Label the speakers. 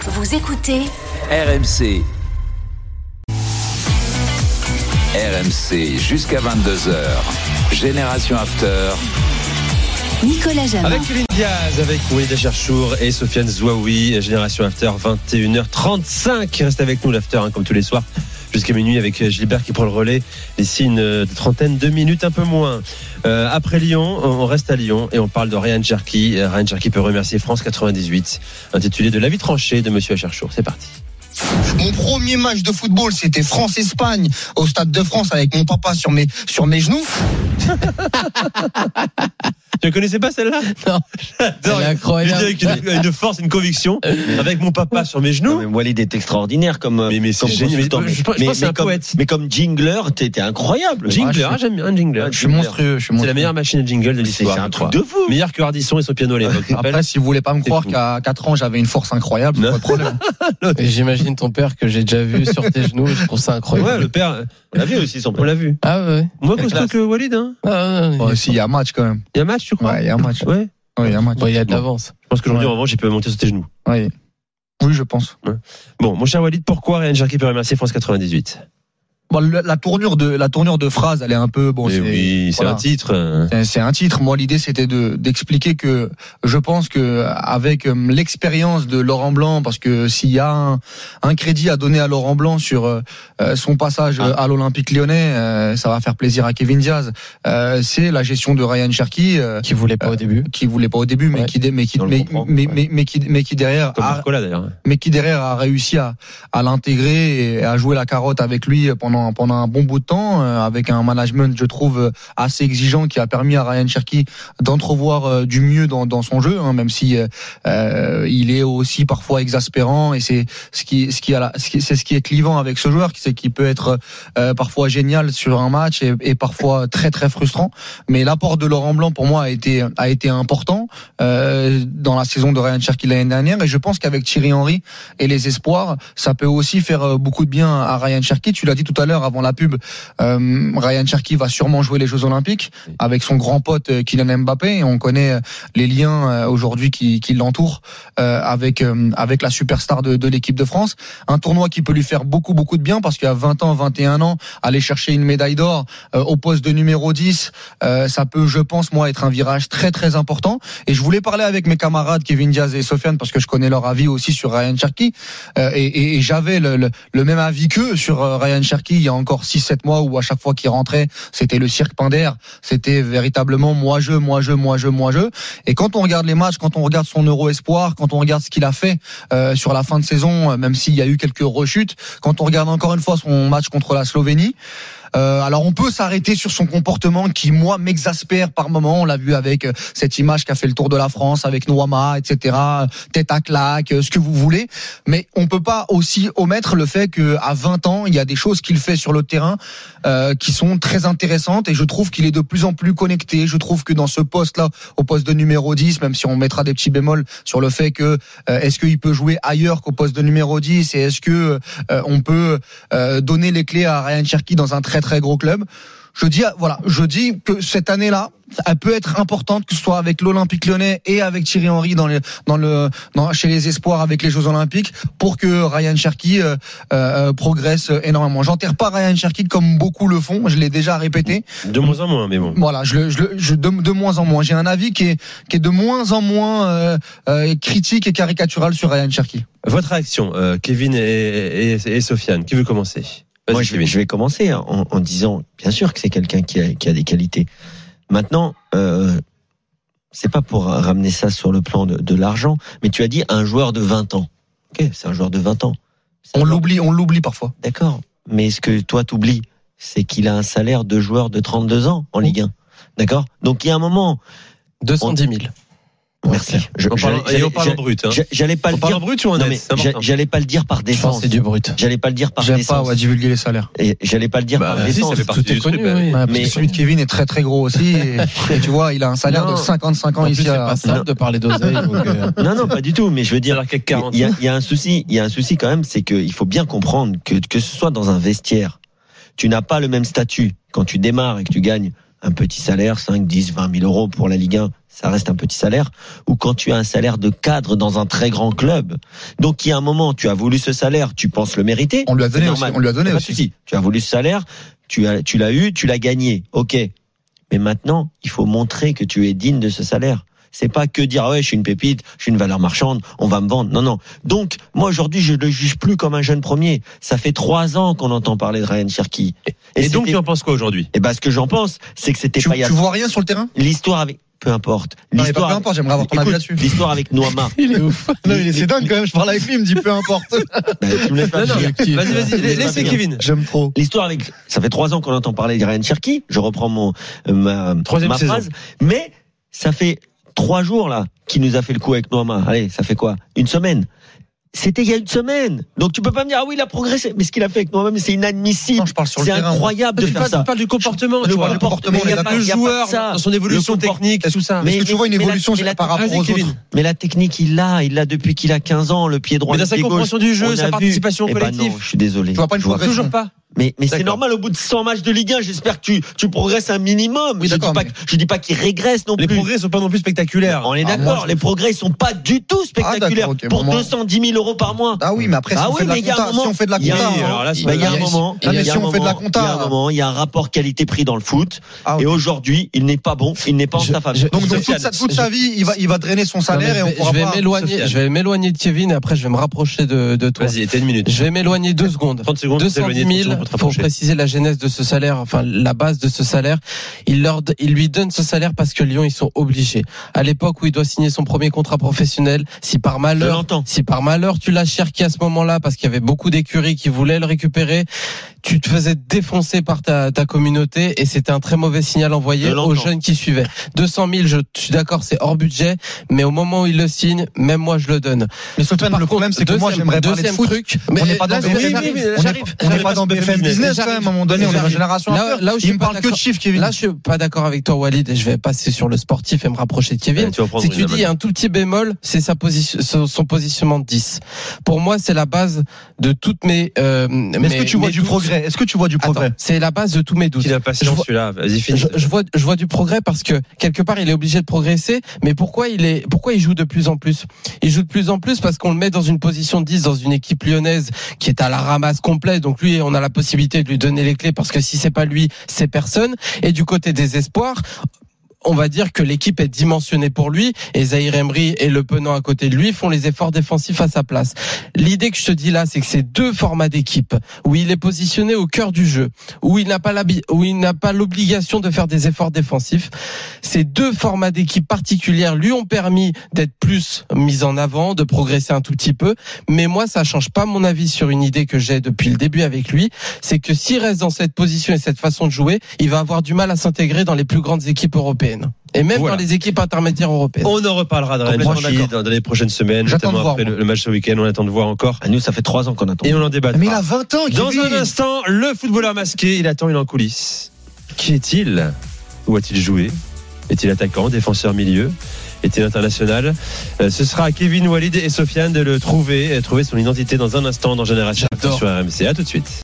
Speaker 1: Vous écoutez
Speaker 2: RMC. RMC jusqu'à 22h. Génération After.
Speaker 1: Nicolas Jamin.
Speaker 3: Avec Kevin Diaz, avec Walid Cherchour et Sofiane Zouaoui, Génération After, 21h35. Reste avec nous l'After, hein, comme tous les soirs, jusqu'à minuit avec euh, Gilbert qui prend le relais d'ici une euh, trentaine de minutes, un peu moins. Euh, après Lyon, on- on reste à Lyon et on parle de Ryan Cherky. Euh, Ryan Cherky peut remercier France 98, intitulé De la vie tranchée de Monsieur Cherchour. C'est parti.
Speaker 4: Mon premier match de football, c'était France-Espagne au Stade de France avec mon papa sur mes, sur mes genoux.
Speaker 3: Tu ne connaissais pas celle-là
Speaker 5: Non.
Speaker 3: J'adore.
Speaker 5: Elle est
Speaker 3: Je
Speaker 5: incroyable.
Speaker 3: dis avec une, avec une force, une conviction, avec mon papa sur mes
Speaker 6: Non,
Speaker 3: genoux.
Speaker 6: mais Walid est extraordinaire comme. euh,
Speaker 3: Mais- mais c'est
Speaker 6: comme
Speaker 3: génial.
Speaker 6: consultant.
Speaker 3: Mais je- je pense que c'est un
Speaker 6: comme,
Speaker 3: poète.
Speaker 6: Mais comme jingler, t'étais incroyable.
Speaker 3: Jingler, ah, j'aime bien un jingler.
Speaker 6: Ouais,
Speaker 5: Je suis monstrueux, je suis
Speaker 3: C'est la
Speaker 5: monstrueux.
Speaker 3: meilleure machine à jingle de
Speaker 6: Mais C'est
Speaker 3: l'histoire.
Speaker 6: c'est un
Speaker 3: je crois.
Speaker 6: truc de fou.
Speaker 3: Meilleur que Hardisson et Sopiano à l'époque. tu te rappelles
Speaker 4: Après, si vous voulez pas me croire
Speaker 3: fou.
Speaker 4: qu'à 4 ans, j'avais une force incroyable,
Speaker 3: Non.
Speaker 4: c'est pas de problème.
Speaker 5: Et J'imagine ton père que j'ai déjà vu sur tes genoux, je trouve ça
Speaker 3: Ouais,
Speaker 5: incroyable.
Speaker 3: le père,
Speaker 6: On l'a vu aussi son
Speaker 3: on l'a vu.
Speaker 5: Ah ouais.
Speaker 3: Moi,
Speaker 6: La
Speaker 3: costaud
Speaker 6: classe.
Speaker 3: que Walid, hein.
Speaker 5: Ah ouais, ouais.
Speaker 4: Ouais, si, il y a un match quand même.
Speaker 3: Il y a un match, tu crois
Speaker 4: Ouais, il y a un match.
Speaker 3: Ouais.
Speaker 4: Ouais, il y a un match.
Speaker 5: Bon, il y a de l'avance.
Speaker 3: Je pense qu'aujourd'hui,
Speaker 4: Ouais.
Speaker 3: en revanche, il peut monter sur tes genoux.
Speaker 4: Ouais. Oui, je pense.
Speaker 3: Bon, mon cher Walid, pourquoi Ryan Jarky peut remercier France 98
Speaker 4: Bon, le- la tournure de, la tournure de phrase, elle est un peu, bon,
Speaker 3: Eh
Speaker 4: c'est,
Speaker 3: oui, c'est
Speaker 4: voilà.
Speaker 3: un titre. euh,
Speaker 4: C'est- C'est un titre. Moi, l'idée, c'était de d'expliquer que je pense que avec euh, l'expérience de Laurent Blanc, parce que s'il y a un, un crédit à donner à Laurent Blanc sur euh, euh, son passage
Speaker 6: Ah.
Speaker 4: euh, à l'Olympique Lyonnais, euh, ça va faire plaisir à Kevin Diaz. Euh, C'est la gestion de Ryan Cherki. euh,
Speaker 5: Qui voulait pas au début.
Speaker 4: qui voulait pas au début, mais
Speaker 5: Ouais.
Speaker 4: qui, dé- mais, qui,
Speaker 6: On le
Speaker 4: mais,
Speaker 6: comprend,
Speaker 4: mais,
Speaker 6: ouais.
Speaker 4: mais, mais qui, mais qui derrière
Speaker 6: Ah.
Speaker 3: Comme
Speaker 4: a-
Speaker 3: Nicolas, d'ailleurs.
Speaker 4: mais qui derrière a réussi à, à l'intégrer et à jouer la carotte avec lui pendant, pendant un bon bout de temps, euh, avec un management, je trouve, euh, assez exigeant qui a permis à Ryan Cherky d'entrevoir euh, du mieux dans, dans son jeu, hein, même si euh, euh, il est aussi parfois exaspérant et c'est ce qui, ce qui a la- ce qui- c'est ce qui est clivant avec ce joueur, c'est qu'il peut être euh, parfois génial sur un match et, et parfois très très frustrant. Mais l'apport de Laurent Blanc pour moi a été, a été important euh, dans la saison de Ryan Cherky l'année dernière et je pense qu'avec Thierry Henry, et les espoirs, ça peut aussi faire euh, beaucoup de bien à Ryan Cherky. Tu l'as dit tout à l'heure avant la pub, euh, Ryan Cherky va sûrement jouer les Jeux Olympiques
Speaker 3: Oui.
Speaker 4: avec son grand pote euh, Kylian Mbappé. Et on connaît euh, les liens euh, aujourd'hui qui, qui l'entourent euh, avec euh, avec la superstar de, de l'équipe de France. Un tournoi qui peut lui faire beaucoup beaucoup de bien parce qu'à 20 ans, 21 ans, aller chercher une médaille d'or euh, au poste de numéro 10, euh, ça peut, je pense, moi, être un virage très très important. Et je voulais parler avec mes camarades Kevin Diaz et Sofiane parce que je connais leur avis aussi sur Ryan Cherky. Euh, et et- et j'avais le, le- le même avis qu'eux sur euh, Ryan Cherky il y a encore 6-7 mois où à chaque fois qu'il rentrait, c'était le cirque Pinder. C'était véritablement moi je, moi je, moi je, moi je. Et quand on regarde les matchs, quand on regarde son Euro Espoir, quand on regarde ce qu'il a fait euh, sur la fin de saison, euh, même s'il y a eu quelques rechutes, quand on regarde encore une fois son match contre la Slovénie, euh, alors on peut s'arrêter sur son comportement qui moi m'exaspère par moment. On l'a vu avec euh, cette image qui a fait le tour de la France avec Noama, etc. euh, Tête à claque, euh, ce que vous voulez. Mais on peut pas aussi omettre le fait que à 20 ans il y a des choses qu'il fait sur le terrain euh, qui sont très intéressantes et je trouve qu'il est de plus en plus connecté. Je trouve que dans ce poste là, au poste de numéro 10, même si on mettra des petits bémols sur le fait que euh, est-ce qu'il peut jouer ailleurs qu'au poste de numéro 10 et est-ce que euh, on peut euh, donner les clés à Ryan Cherky dans un très très gros club. Je dis ah, voilà, je dis que cette année-là, elle peut être importante que ce soit avec l'Olympique Lyonnais et avec Thierry Henry dans le dans le dans- chez les espoirs avec les Jeux Olympiques pour que Ryan Cherky euh, euh, progresse énormément. J'enterre pas Ryan Cherky comme beaucoup le font, je l'ai déjà répété.
Speaker 3: De moins en moins, mais bon.
Speaker 4: Voilà, je, le- je, le- je- de, de moins en moins. J'ai un avis qui est qui est de moins en moins euh, euh, critique et caricatural sur Ryan Cherky.
Speaker 3: Votre réaction, euh, Kevin et, et- et Sofiane, qui veut commencer Vas-y,
Speaker 6: Moi, je vais,
Speaker 3: Kevin.
Speaker 6: je vais commencer hein, en, en disant, bien sûr que c'est quelqu'un qui a, qui a des qualités. Maintenant, euh, c'est pas pour ramener ça sur le plan de, de l'argent, mais tu as dit un joueur de 20 ans. Ok, c'est un joueur de 20 ans. C'est un
Speaker 4: On
Speaker 6: joueur-
Speaker 4: l'oublie, on l'oublie parfois.
Speaker 6: D'accord. Mais ce que toi t'oublies, c'est qu'il a un salaire de joueur de 32 ans
Speaker 3: Oh.
Speaker 6: en Ligue 1. D'accord. Donc il y a un moment.
Speaker 5: 210 000.
Speaker 6: Merci. Je-
Speaker 3: On parle,
Speaker 6: j'allais-
Speaker 3: et on parle en
Speaker 6: j'allais-
Speaker 3: brut. Hein.
Speaker 6: j'allais- J'allais pas
Speaker 3: On
Speaker 6: le
Speaker 3: parle en
Speaker 6: dire.
Speaker 3: brut ou en net
Speaker 6: Non,
Speaker 3: hein.
Speaker 6: mais
Speaker 3: C'est
Speaker 6: j'a-
Speaker 3: important.
Speaker 6: J'allais pas le dire par
Speaker 5: Je pense que
Speaker 6: défense.
Speaker 5: c'est du brut.
Speaker 6: J'allais pas le dire par
Speaker 4: J'aime pas
Speaker 6: défense.
Speaker 4: ouais, divulguer les salaires.
Speaker 6: Et j'allais pas le dire
Speaker 3: Bah,
Speaker 6: par
Speaker 3: si, ça
Speaker 6: défense.
Speaker 3: fait partie
Speaker 5: Tout est
Speaker 3: du
Speaker 5: connu,
Speaker 3: truc, bah,
Speaker 5: oui.
Speaker 4: Ouais, parce
Speaker 6: Mais-
Speaker 4: que celui de Kevin est très très gros aussi. Et, et tu vois, il a un salaire
Speaker 3: Non.
Speaker 4: de 55 ans
Speaker 5: En plus,
Speaker 4: ici.
Speaker 5: c'est
Speaker 4: à-
Speaker 5: pas simple de parler d'oseille. donc, euh,
Speaker 6: Non, non, pas du tout. Mais je veux
Speaker 3: Il y a
Speaker 6: dire,
Speaker 3: la CAC
Speaker 6: il
Speaker 3: 40.
Speaker 6: y a, il y a un souci. Il y a un souci quand même, c'est qu'il faut bien comprendre que que ce soit dans un vestiaire, tu n'as pas le même statut quand tu démarres et que tu gagnes un petit salaire, 5, 10, 20 000 euros pour la Ligue 1. ça reste un petit salaire, ou quand tu as un salaire de cadre dans un très grand club. Donc, il y a un moment, tu as voulu ce salaire, tu penses le mériter.
Speaker 4: On lui a donné
Speaker 6: C'est
Speaker 4: aussi.
Speaker 6: normal.
Speaker 4: On lui a donné
Speaker 6: Pas de
Speaker 4: aussi.
Speaker 6: souci. Tu as voulu ce salaire, tu as- tu l'as eu, tu l'as gagné. Ok. Mais maintenant, il faut montrer que tu es digne de ce salaire. C'est pas que dire ah ouais, je suis une pépite, je suis une valeur marchande, on va me vendre. Non, non. Donc, moi aujourd'hui, je le juge plus comme un jeune premier. Ça fait trois ans qu'on entend parler de Ryan Cherky.
Speaker 3: Et, donc,
Speaker 6: c'était-
Speaker 3: tu en penses quoi aujourd'hui
Speaker 6: eh ben, ce que j'en pense, c'est que c'était
Speaker 4: Tu,
Speaker 6: pas il y a-
Speaker 4: tu vois rien sur le terrain
Speaker 6: l'histoire avec. Peu importe.
Speaker 4: Non, mais pas- peu importe, j'aimerais avoir ton avis
Speaker 6: Écoute,
Speaker 4: là-dessus.
Speaker 6: L'histoire avec Noama.
Speaker 5: Il est ouf.
Speaker 4: Non, mais c'est dingue quand même. Je parle avec lui, il me dit peu importe.
Speaker 6: Bah, tu me laisses pas
Speaker 3: Non, non,
Speaker 6: finir.
Speaker 3: vas-y,
Speaker 6: Laisse-moi
Speaker 3: vas-y, laissez
Speaker 6: finir.
Speaker 3: Kevin.
Speaker 4: J'aime trop.
Speaker 6: L'histoire avec, ça fait trois ans qu'on entend parler de Ryan Cherky. Je reprends mon euh, ma,
Speaker 3: Troisième
Speaker 6: ma
Speaker 3: saison.
Speaker 6: phrase, mais ça fait trois jours là qu'il nous a fait le coup avec Noama. Allez, ça fait quoi Une semaine. C'était il y a une semaine. Donc tu peux pas me dire ah oui il a progressé, mais ce qu'il a fait avec Noama, mais c'est
Speaker 4: Non,
Speaker 6: inadmissible.
Speaker 4: je parle sur le
Speaker 6: C'est
Speaker 4: terrain.
Speaker 6: incroyable de
Speaker 3: Tu
Speaker 6: faire
Speaker 3: parles-
Speaker 6: ça.
Speaker 3: tu parles du comportement,
Speaker 4: Je
Speaker 3: tu vois.
Speaker 4: parle du comportement,
Speaker 3: Mais il y
Speaker 4: on
Speaker 3: a
Speaker 4: est
Speaker 3: pas le
Speaker 6: d'accord. Il y a
Speaker 3: joueur
Speaker 6: pas ça.
Speaker 3: dans son évolution
Speaker 6: Le comportement.
Speaker 3: technique, tout ça.
Speaker 4: Est-ce que tu vois une
Speaker 6: mais la-
Speaker 4: évolution
Speaker 6: mais
Speaker 4: sur-
Speaker 6: la-
Speaker 4: par rapport
Speaker 3: Vas-y,
Speaker 4: aux
Speaker 3: Kevin.
Speaker 4: autres
Speaker 6: Mais la technique, il l'a, il l'a depuis qu'il a 15 ans, le pied droit,
Speaker 3: Mais
Speaker 6: le
Speaker 3: dans sa
Speaker 6: pied gauche.
Speaker 3: compréhension du
Speaker 6: On
Speaker 3: jeu,
Speaker 6: a
Speaker 3: sa
Speaker 6: vu.
Speaker 3: participation
Speaker 6: Eh ben non,
Speaker 3: collective.
Speaker 6: je suis désolé.
Speaker 4: Tu vois pas une
Speaker 6: Je vois-
Speaker 4: progression.
Speaker 3: Toujours pas.
Speaker 6: Mais, mais c'est
Speaker 3: D'accord.
Speaker 6: normal, au bout de 100 matchs de Ligue 1, j'espère que tu, tu progresses un minimum.
Speaker 4: Oui,
Speaker 6: je dis
Speaker 4: d'accord,
Speaker 6: pas,
Speaker 4: mais-
Speaker 6: que- je dis pas qu'il régresse non
Speaker 3: Les
Speaker 6: plus.
Speaker 3: progrès sont pas non plus spectaculaires.
Speaker 6: On est
Speaker 4: Ah,
Speaker 6: d'accord,
Speaker 4: moi, Ah,
Speaker 6: les progrès ils sont pas du tout spectaculaires.
Speaker 4: d'accord, ok,
Speaker 6: Pour
Speaker 4: bon, moi-
Speaker 6: 210 000 euros par mois.
Speaker 4: Ah oui, mais après, si
Speaker 6: Ah
Speaker 4: on
Speaker 6: oui,
Speaker 4: fait de
Speaker 6: mais
Speaker 4: la
Speaker 6: il y a un
Speaker 4: compta, si
Speaker 6: moment-
Speaker 4: on fait de la
Speaker 6: il y a un
Speaker 4: compta, hein.
Speaker 3: moment- alors là,
Speaker 4: il
Speaker 3: c'est-
Speaker 6: Bah, il y a
Speaker 4: y
Speaker 6: un
Speaker 4: a-
Speaker 6: moment,
Speaker 4: Ah,
Speaker 6: il y
Speaker 4: mais
Speaker 6: a
Speaker 4: si
Speaker 6: un
Speaker 4: on fait de la
Speaker 6: moment, il y a un
Speaker 4: compta.
Speaker 6: moment, il y a un rapport qualité-prix dans le foot.
Speaker 4: Ah, ok.
Speaker 6: Et aujourd'hui, il n'est pas bon, il n'est pas en
Speaker 5: Je-
Speaker 6: sa faveur.
Speaker 5: je-
Speaker 4: Donc, donc
Speaker 5: Sofiane,
Speaker 4: toute, sa, toute sa vie, il va, il va drainer son
Speaker 5: Non, mais
Speaker 4: salaire et
Speaker 5: je
Speaker 4: on
Speaker 5: vais-
Speaker 4: pourra
Speaker 5: je vais
Speaker 4: pas.
Speaker 5: m'éloigner. Je vais m'éloigner de Kevin. Après, je vais me rapprocher de, de toi.
Speaker 3: Vas-y, t'as une minute.
Speaker 5: Je vais m'éloigner deux secondes.
Speaker 3: 30 secondes,
Speaker 5: 210 000 pour préciser la genèse de ce salaire, enfin la base de ce salaire. Il, leur, il lui donne ce salaire parce que Lyon, ils sont obligés. À l'époque où il doit signer son premier contrat professionnel, si par
Speaker 6: Je
Speaker 5: malheur,
Speaker 6: l'entends.
Speaker 5: si par malheur tu l'as Cherki à ce moment-là parce qu'il y avait beaucoup d'écuries qui voulaient le récupérer, tu te faisais défoncer par ta, ta communauté et c'était un très mauvais signal envoyé
Speaker 6: Je l'entends.
Speaker 5: aux jeunes qui suivaient. 200 000, je suis d'accord, c'est hors budget, mais au moment où il le signe, même moi je le donne.
Speaker 4: Mais Sofiane,
Speaker 5: Par
Speaker 4: le
Speaker 5: contre,
Speaker 4: problème, c'est que moi,
Speaker 5: deuxième-
Speaker 4: j'aimerais parler de
Speaker 5: deuxième
Speaker 4: foot.
Speaker 5: truc.
Speaker 4: on
Speaker 5: Mais
Speaker 4: n'est pas dans
Speaker 5: là,
Speaker 4: BFM.
Speaker 5: oui, oui,
Speaker 3: oui, mais
Speaker 4: On
Speaker 3: j'arrive,
Speaker 4: est- on n'est
Speaker 3: j'arrive
Speaker 4: pas
Speaker 3: à
Speaker 4: dans
Speaker 3: ce
Speaker 4: BFM
Speaker 3: business.
Speaker 4: Business quand même. À un moment donné, on est dans la
Speaker 5: J'arrive.
Speaker 4: génération.
Speaker 5: Là-
Speaker 4: after.
Speaker 5: là où je
Speaker 4: il
Speaker 5: suis
Speaker 4: me
Speaker 5: pas
Speaker 4: parle que de
Speaker 5: d'accord-
Speaker 4: chiffres, Kevin.
Speaker 5: Là, je suis pas d'accord avec toi, Walid, et je vais passer sur le sportif et me rapprocher de Kevin. Si tu dis un tout petit bémol, c'est sa position, son- son positionnement de 10. Pour moi, c'est la base de toutes mes. euh,
Speaker 4: Mais est-ce
Speaker 5: mes-
Speaker 4: que tu vois
Speaker 5: mes
Speaker 4: du
Speaker 5: doutes.
Speaker 4: progrès Est-ce que tu vois du
Speaker 5: Attends,
Speaker 4: progrès
Speaker 5: C'est la base de tous mes doutes.
Speaker 3: Qu'il a patience
Speaker 5: Je vois-
Speaker 3: celui-là. Vas-y, finis.
Speaker 5: Je, je vois, je vois du progrès parce que quelque part il est obligé de progresser, mais pourquoi il est, pourquoi il joue de plus en plus Il joue de plus en plus parce qu'on le met dans une position de 10 dans une équipe lyonnaise qui est à la ramasse complète. Donc lui, on a la possibilité de lui donner les clés parce que si c'est pas lui, c'est personne. Et du côté des espoirs. On va dire que l'équipe est dimensionnée pour lui et Zahir Emery et Le Penant à côté de lui font les efforts défensifs à sa place. L'idée que je te dis là, c'est que ces deux formats d'équipe où il est positionné au cœur du jeu, où il n'a pas l'habi- où il n'a pas l'obligation de faire des efforts défensifs. Ces deux formats d'équipe particulières lui ont permis d'être plus mis en avant, de progresser un tout petit peu. Mais moi, ça change pas mon avis sur une idée que j'ai depuis le début avec lui. C'est que s'il reste dans cette position et cette façon de jouer, il va avoir du mal à s'intégrer dans les plus grandes équipes européennes et même
Speaker 3: Voilà.
Speaker 5: dans les équipes intermédiaires européennes.
Speaker 3: On en reparlera de Ryan
Speaker 4: Complètement
Speaker 3: Cherki
Speaker 4: d'accord.
Speaker 3: dans, dans les prochaines semaines,
Speaker 4: J'attends de
Speaker 3: notamment
Speaker 4: voir,
Speaker 3: après
Speaker 4: moi.
Speaker 3: le, le match ce week-end. On attend de voir encore.
Speaker 6: À Ah, nous, ça fait trois ans qu'on attend.
Speaker 3: Et on en débat.
Speaker 4: Mais il a 20 ans,
Speaker 3: Dans un
Speaker 4: Kevin.
Speaker 3: instant, le footballeur masqué, il attend, il est en coulisses. Qui est-il Où a-t-il joué Est-il attaquant, défenseur milieu Est-il international Euh, Ce sera à Kevin Walid et Sofiane de le trouver, euh, trouver son identité dans un instant dans Génération
Speaker 5: J'adore.
Speaker 3: sur RMC. À tout de suite.